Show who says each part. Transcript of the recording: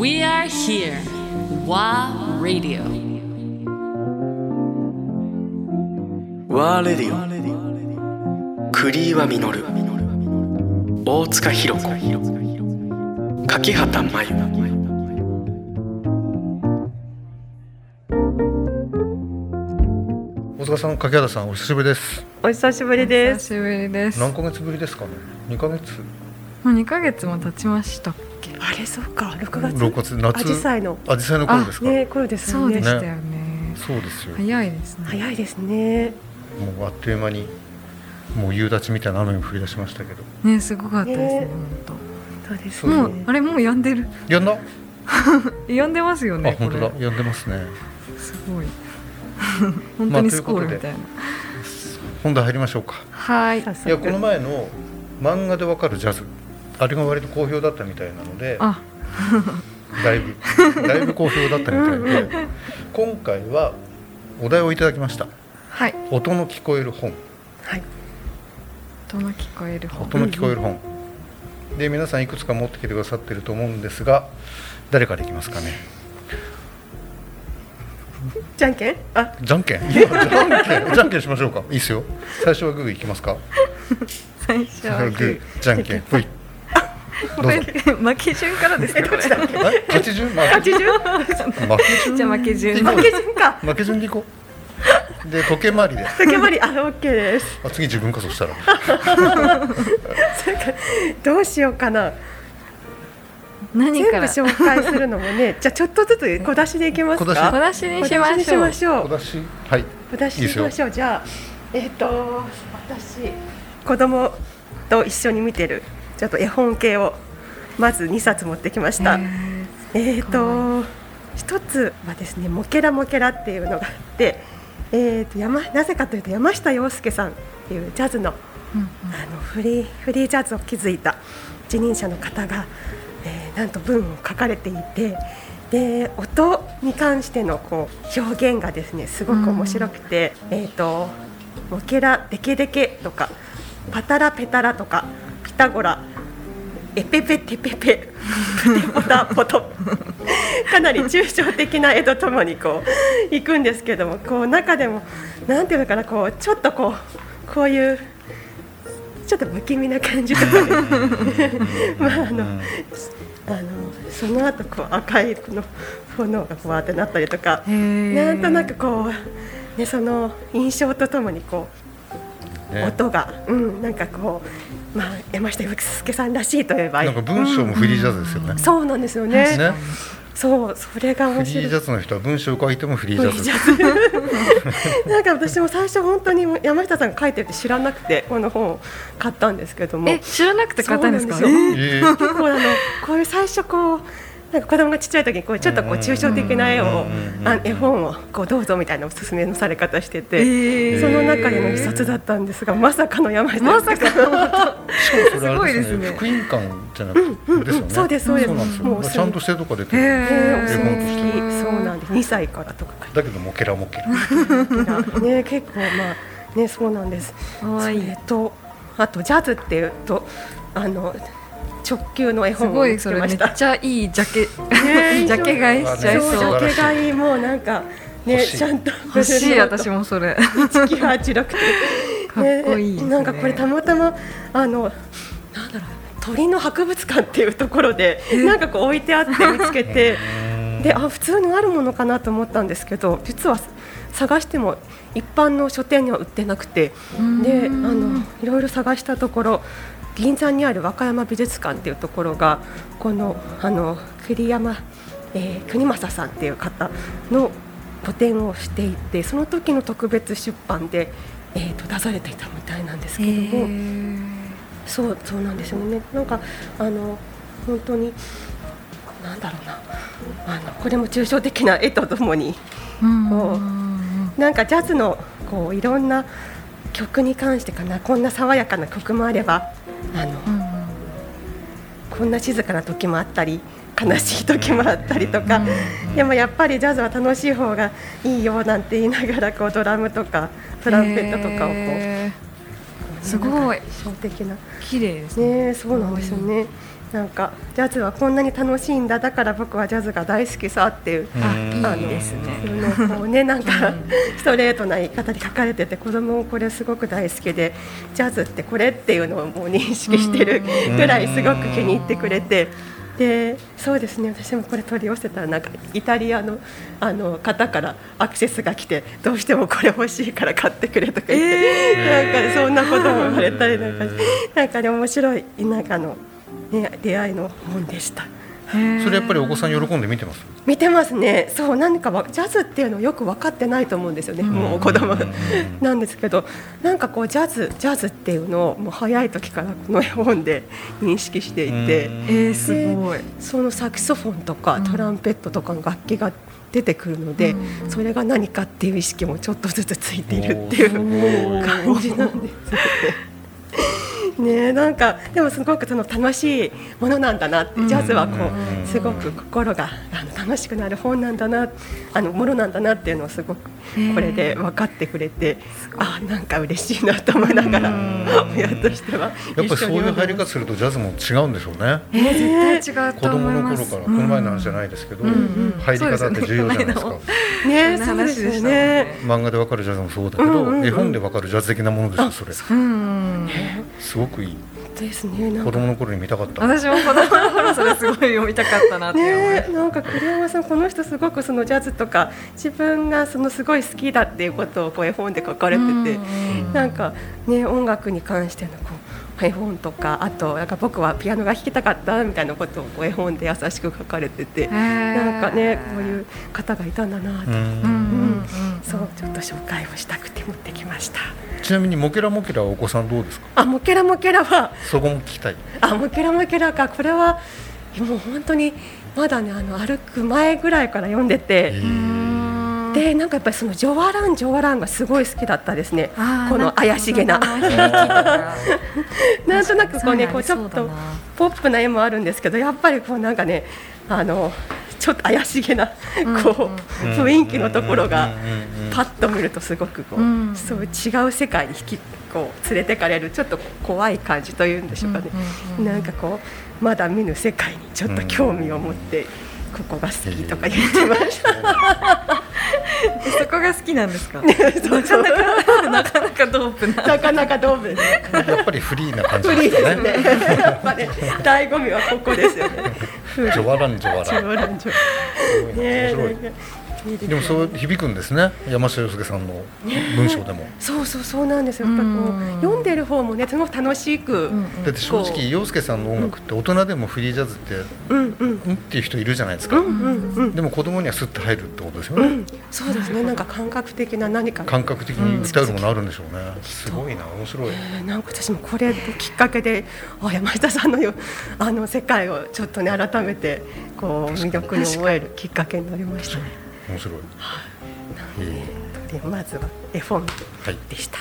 Speaker 1: We are here. WA Radio.
Speaker 2: ワーレディオ栗岩実大塚弘子柿畑真由
Speaker 3: 大塚さん、柿原さん、お久しぶりです。
Speaker 4: お久しぶりで
Speaker 5: 久
Speaker 4: す。
Speaker 5: しぶりです。
Speaker 3: 何
Speaker 5: も
Speaker 3: ヶ月ぶりですかね。二ヶ月。
Speaker 5: う2ヶ月も経ちましたっけ
Speaker 4: あれそうか、六月。
Speaker 3: 六月、夏。
Speaker 4: アジサイの
Speaker 3: アジサイの頃ですか。
Speaker 4: ね頃です
Speaker 5: そ
Speaker 4: よ
Speaker 5: うで
Speaker 4: ね
Speaker 5: し
Speaker 3: す
Speaker 5: たよね。
Speaker 3: そうですよ。
Speaker 5: 早いですね。
Speaker 4: 早いですね。
Speaker 3: もうあっという間に。もう夕立みたいな雨に降り出しましたけど。
Speaker 5: ねすごかったですね
Speaker 4: ね。
Speaker 5: 本
Speaker 4: そうです
Speaker 5: 当。
Speaker 4: ね。
Speaker 5: もうあれもうやんでる。
Speaker 3: やんだ。あ、
Speaker 5: やんでますよね。こ
Speaker 3: 本当
Speaker 5: れ
Speaker 3: だ。やんでますね。
Speaker 5: すごい。 本当にスコールみたいな。
Speaker 3: 本題入りましょうか。
Speaker 5: はい。
Speaker 4: 早
Speaker 3: い
Speaker 4: 速
Speaker 3: や、この前の漫画でわかるジャズ。あれが割と好評だったみたいなので。
Speaker 5: あ
Speaker 3: だい ぶ。だいぶ好評だったみたいで。今回は。お題をいただきました。
Speaker 5: はい。
Speaker 3: 音の聞こえる本。
Speaker 4: はい。
Speaker 5: 音の聞こえる方。
Speaker 3: 音の聞こえる本、で皆さんいくつか持ってきてくださってると思うんですが誰からいきますかね
Speaker 4: じゃんけん。あ、
Speaker 3: じゃんけんじゃんけんじゃんけんしましょうかいいですよ最初はグーいきますか
Speaker 5: 最初
Speaker 3: グ
Speaker 5: はグー
Speaker 3: ー。じゃんけんほいど
Speaker 5: こ
Speaker 3: う
Speaker 5: れ
Speaker 3: ぞ
Speaker 5: 負け順から ですね。これ
Speaker 3: え八十まあ負け
Speaker 4: 八十。
Speaker 3: 順
Speaker 5: じゃあ負け順。
Speaker 3: いこう
Speaker 4: 負け順か。
Speaker 3: 負け順でいこうで時計回りで
Speaker 4: 時計回り、あ、オッケーです。
Speaker 3: あ次自分かそしたら
Speaker 4: それからどうしようかな。
Speaker 5: 何
Speaker 4: 全部
Speaker 5: から。
Speaker 4: 紹介するのもね、じゃあちょっとずつ小出しでいきま
Speaker 3: 小
Speaker 4: す
Speaker 3: 出し
Speaker 4: か。
Speaker 5: 小出しにし
Speaker 4: 小
Speaker 5: ま
Speaker 4: 出し
Speaker 5: し
Speaker 4: に
Speaker 5: ょう。
Speaker 4: しょ
Speaker 3: 小
Speaker 4: う。
Speaker 3: 出しはい
Speaker 4: 小出しにしましょう。じゃあ、えっと、私子供と一緒に見てるちょっと絵本系をまず二冊持ってきました。
Speaker 5: え
Speaker 4: えー、と一つはですね「モケラモケラ」っていうのがあって、えー、と山なぜかというと山下洋介さんっていうジャズの
Speaker 5: ーうんうん
Speaker 4: あのフリーフリージャズを築いた一人者の方が、えーなんと文を書かれていてで音に関してのこう表現がですねすごく面白くて「えー、とモケラデケデケ」とか「パタラペタラ」とか「ピタゴラ」「エペペテペペ」 「ポタポト」かなり抽象的な絵とともにこう行くんですけどもこう中でもなんていうのかなこうちょっとこうこういうちょっと不気味な感じとかね まああのあのその後こう赤いこの炎がこうあってなったりとか
Speaker 5: へー
Speaker 4: なんとなくこう、ね、その印象とともにこう、
Speaker 3: ね
Speaker 4: 音が、うん、なんかこう、まあ、山下洋介さんらしいといえば
Speaker 3: なんか文章もフリージャズですよね
Speaker 4: そうなんですよね
Speaker 3: ね
Speaker 4: そうそれが
Speaker 3: フ
Speaker 4: 面
Speaker 3: リー
Speaker 4: 白い
Speaker 3: ジャズの人は文章を書いてもフリージ
Speaker 4: 無
Speaker 3: ャ
Speaker 4: 理
Speaker 3: ズ
Speaker 4: じゃん なんか私も最初本当に山下さんが書いてるって知らなくてこの本を買ったんですけども
Speaker 5: え知らなくて買ったんですか。
Speaker 4: そうなんですよ
Speaker 3: えー
Speaker 4: 結構あのこういう最初こうなんか子供がちっちゃい時にこうちょっとこう抽象的な絵
Speaker 3: うんうん
Speaker 4: を
Speaker 3: うんうん
Speaker 4: あ絵本をこうどうぞみたいなおすすめのされ方して
Speaker 5: え
Speaker 4: て、
Speaker 5: ー
Speaker 4: その中での一冊だったんですがまさかの山下
Speaker 5: ま さか
Speaker 3: それあれですね。
Speaker 5: す
Speaker 3: 福
Speaker 5: ご
Speaker 3: 音館じゃなくてですよね。
Speaker 4: そうですそうです
Speaker 3: なんですよ
Speaker 4: もう
Speaker 3: ちゃんとしてるとこ出て
Speaker 5: へ
Speaker 3: る。
Speaker 4: ねお
Speaker 3: ー絵
Speaker 4: 墨
Speaker 3: 本
Speaker 4: 付
Speaker 3: として
Speaker 4: きそうなんです2歳からとか
Speaker 3: だけどモケラモケラ。
Speaker 4: ね結構まあねそうなんです。
Speaker 5: かわい
Speaker 4: そ
Speaker 5: い
Speaker 4: れとあとジャズっていうとあの直球の絵
Speaker 5: す
Speaker 4: 本を
Speaker 5: ご
Speaker 4: 見
Speaker 5: い
Speaker 4: つ
Speaker 5: そ
Speaker 4: け
Speaker 5: れ
Speaker 4: ま
Speaker 5: め
Speaker 4: し。
Speaker 5: ったちゃいいジャケ、
Speaker 4: ね
Speaker 5: ジャケ買いしちゃい
Speaker 4: そうジ
Speaker 5: そう
Speaker 3: ね
Speaker 4: ャケ買いもなんかね
Speaker 3: 欲しい
Speaker 4: ちゃんと
Speaker 5: 欲 しい私もそれ
Speaker 4: 月が違くて
Speaker 5: かっこいいですね
Speaker 4: なんかこれたまたまあのなんだろう鳥の博物館っていうところでなんかこう置いてあって見つけ てであ普通のあるものかなと思ったんですけど実は探しても一般の書店には売ってなくてであのいろいろ探したところ銀座にある和歌山美術館っていうところがこのあの栗山、えー国政さんっていう方の個展をしていてその時の特別出版で、えー、と出されていたみたいなんですけども、そうそうなんですよねなんかあの本当になんだろうなあのこれも抽象的な絵とともにこなんかジャズのこういろんな曲に関してかなこんな爽やかな曲もあればあの、こんな静かな時もあったり悲しい時もあったりとか、でもやっぱりジャズは楽しい方がいいよなんて言いながらこうドラムとかトランペットとかをこう、
Speaker 5: すごい
Speaker 4: 象徴的な
Speaker 5: 綺麗ですね
Speaker 4: ねそうなんですよね。なんかジャズはこんなに楽しいんだだから僕はジャズが大好きさっていう。
Speaker 3: うん
Speaker 5: あいいですね
Speaker 4: そのこうね、なんかストレートな言い方で書かれてて子供もこれすごく大好きでジャズってこれっていうのをもう認識してるぐらいすごく気に入ってくれてでそうですね私もこれ取り寄せたらなんかイタリアのあの方からアクセスが来てどうしてもこれ欲しいから買ってくれとか言って、なんかそんなことも言われたりなんかなんかね面白い田舎の、ね、出会いの本でした。
Speaker 3: それやっぱりお子さん喜んで見てます
Speaker 4: 見てますね、そう、何かわジャズっていうのをよく分かってないと思うんですよね、もう子供
Speaker 3: うん
Speaker 4: なんですけど、なんかこう、ジャズ、ジャズっていうのを、もう早い時からこの絵本で認識していて、
Speaker 3: うん
Speaker 5: えー、すごい
Speaker 4: そのサキソフォンとかトランペットとかの楽器が出てくるので、それが何かっていう意識もちょっとずつついているっていう。感じなんですね。ねえなんかでもすごくその楽しいものなんだなって、ジャズはこうすごく心があの楽しくなる本なんだなあのものなんだなっていうのをすごくこれで分かってくれて、あなんか嬉しいなと思いながら親として
Speaker 3: や
Speaker 4: は
Speaker 3: っぱりそういう入り方
Speaker 4: 方
Speaker 3: するとジャズも違うんでしょうね
Speaker 5: えー、絶対違う
Speaker 3: 子
Speaker 5: と
Speaker 3: 供
Speaker 5: 思い
Speaker 3: の
Speaker 5: ま
Speaker 3: 頃
Speaker 5: す
Speaker 3: からこの前の話じゃないですけど入り方って重要じゃないですか
Speaker 4: ねえ
Speaker 5: そ
Speaker 4: そう
Speaker 5: んな
Speaker 4: で
Speaker 5: 話
Speaker 4: す
Speaker 5: でし
Speaker 4: よ
Speaker 5: たもん
Speaker 4: ね。
Speaker 5: ね
Speaker 3: 漫画でわかるジャズもそうだけど、
Speaker 4: うんうんうん
Speaker 3: 絵本でわかるジャズ的なものですよそれす
Speaker 5: うんうん、
Speaker 3: ごくいい
Speaker 4: ですねなん
Speaker 3: 子
Speaker 4: か
Speaker 3: 供の頃に見たかった
Speaker 5: 私も子供の頃それすごい読みたかったなって思いま
Speaker 4: ね
Speaker 5: す、
Speaker 4: えなんか栗山さんこの人すごくそのジャズとか自分がそのすごい好きだっていうことをこう絵本で書かれててなんかね音楽に関してのこう絵本とかあとなんか僕はピアノが弾きたかったみたいなことをこう絵本で優しく書かれてて
Speaker 5: へー
Speaker 4: なんかねこういう方がいたんだなっ
Speaker 3: う
Speaker 4: て
Speaker 3: ん
Speaker 5: うんうん
Speaker 4: そうちょっと紹介をしたくて持ってきました
Speaker 3: ちなみにモケラモケラはお子さんどうですか
Speaker 4: あモケラモケラは
Speaker 3: そこも聞きたい
Speaker 4: あもうケラもケラかこれはもう本当にまだねあの歩く前ぐらいから読んでて、でなんかやっぱりそのジョワランジョワランがすごい好きだったですね
Speaker 5: あー
Speaker 4: この怪しげな
Speaker 5: なんかこ
Speaker 4: な
Speaker 5: の響きとか
Speaker 4: んとなくこうねこう
Speaker 5: 確
Speaker 4: ち
Speaker 5: かに
Speaker 4: ょっ
Speaker 5: そう
Speaker 4: と
Speaker 5: だな
Speaker 4: ポップな絵もあるんですけどやっぱりこうなんかねあのちょっと怪しげなこう、雰囲気のところがパッと見るとすごくこう、
Speaker 5: うん
Speaker 4: そう違う世界に引きこう連れてかれるちょっと怖い感じというんでしょうかね、なんかこうまだ見ぬ世界にちょっと興味を持って、ここが好きとか言ってました。
Speaker 5: えそこが好きなんですか
Speaker 4: そうそう
Speaker 5: なかなかドープな
Speaker 4: なかなかどうですね。
Speaker 3: やっぱりフリーな感じ
Speaker 4: 無
Speaker 3: で
Speaker 4: 理
Speaker 3: す
Speaker 4: で
Speaker 3: か
Speaker 4: す
Speaker 3: ね
Speaker 4: ね。やっぱね、醍醐味はここですよ ね。
Speaker 3: ジョワランジョワラン
Speaker 4: ランジョ。
Speaker 3: 面
Speaker 4: ね
Speaker 3: 白い
Speaker 4: え、
Speaker 3: でもそう響くんですね山下洋介さんの文章でも
Speaker 4: そうそうそうなんですよ。やっぱこう読んでる方もね、すごく楽しく。
Speaker 3: だって正直洋介さんの音楽って大人でもフリージャズって
Speaker 4: うんうん
Speaker 3: うんっていう人いるじゃないですか
Speaker 4: うんうん。
Speaker 3: でも子供にはスッと入るってことですよね、
Speaker 4: そうですね。なんか感覚的な何か。
Speaker 3: 感覚的に歌うものあるんでしょうね、すごいな面白い
Speaker 4: えーなんか私もこれをきっかけであ山下さんのよ あの世界をちょっとね改めてこう魅力に思えるきっかけになりましたね。
Speaker 3: 面白い、え
Speaker 4: でまずは絵本
Speaker 3: はい
Speaker 4: でした。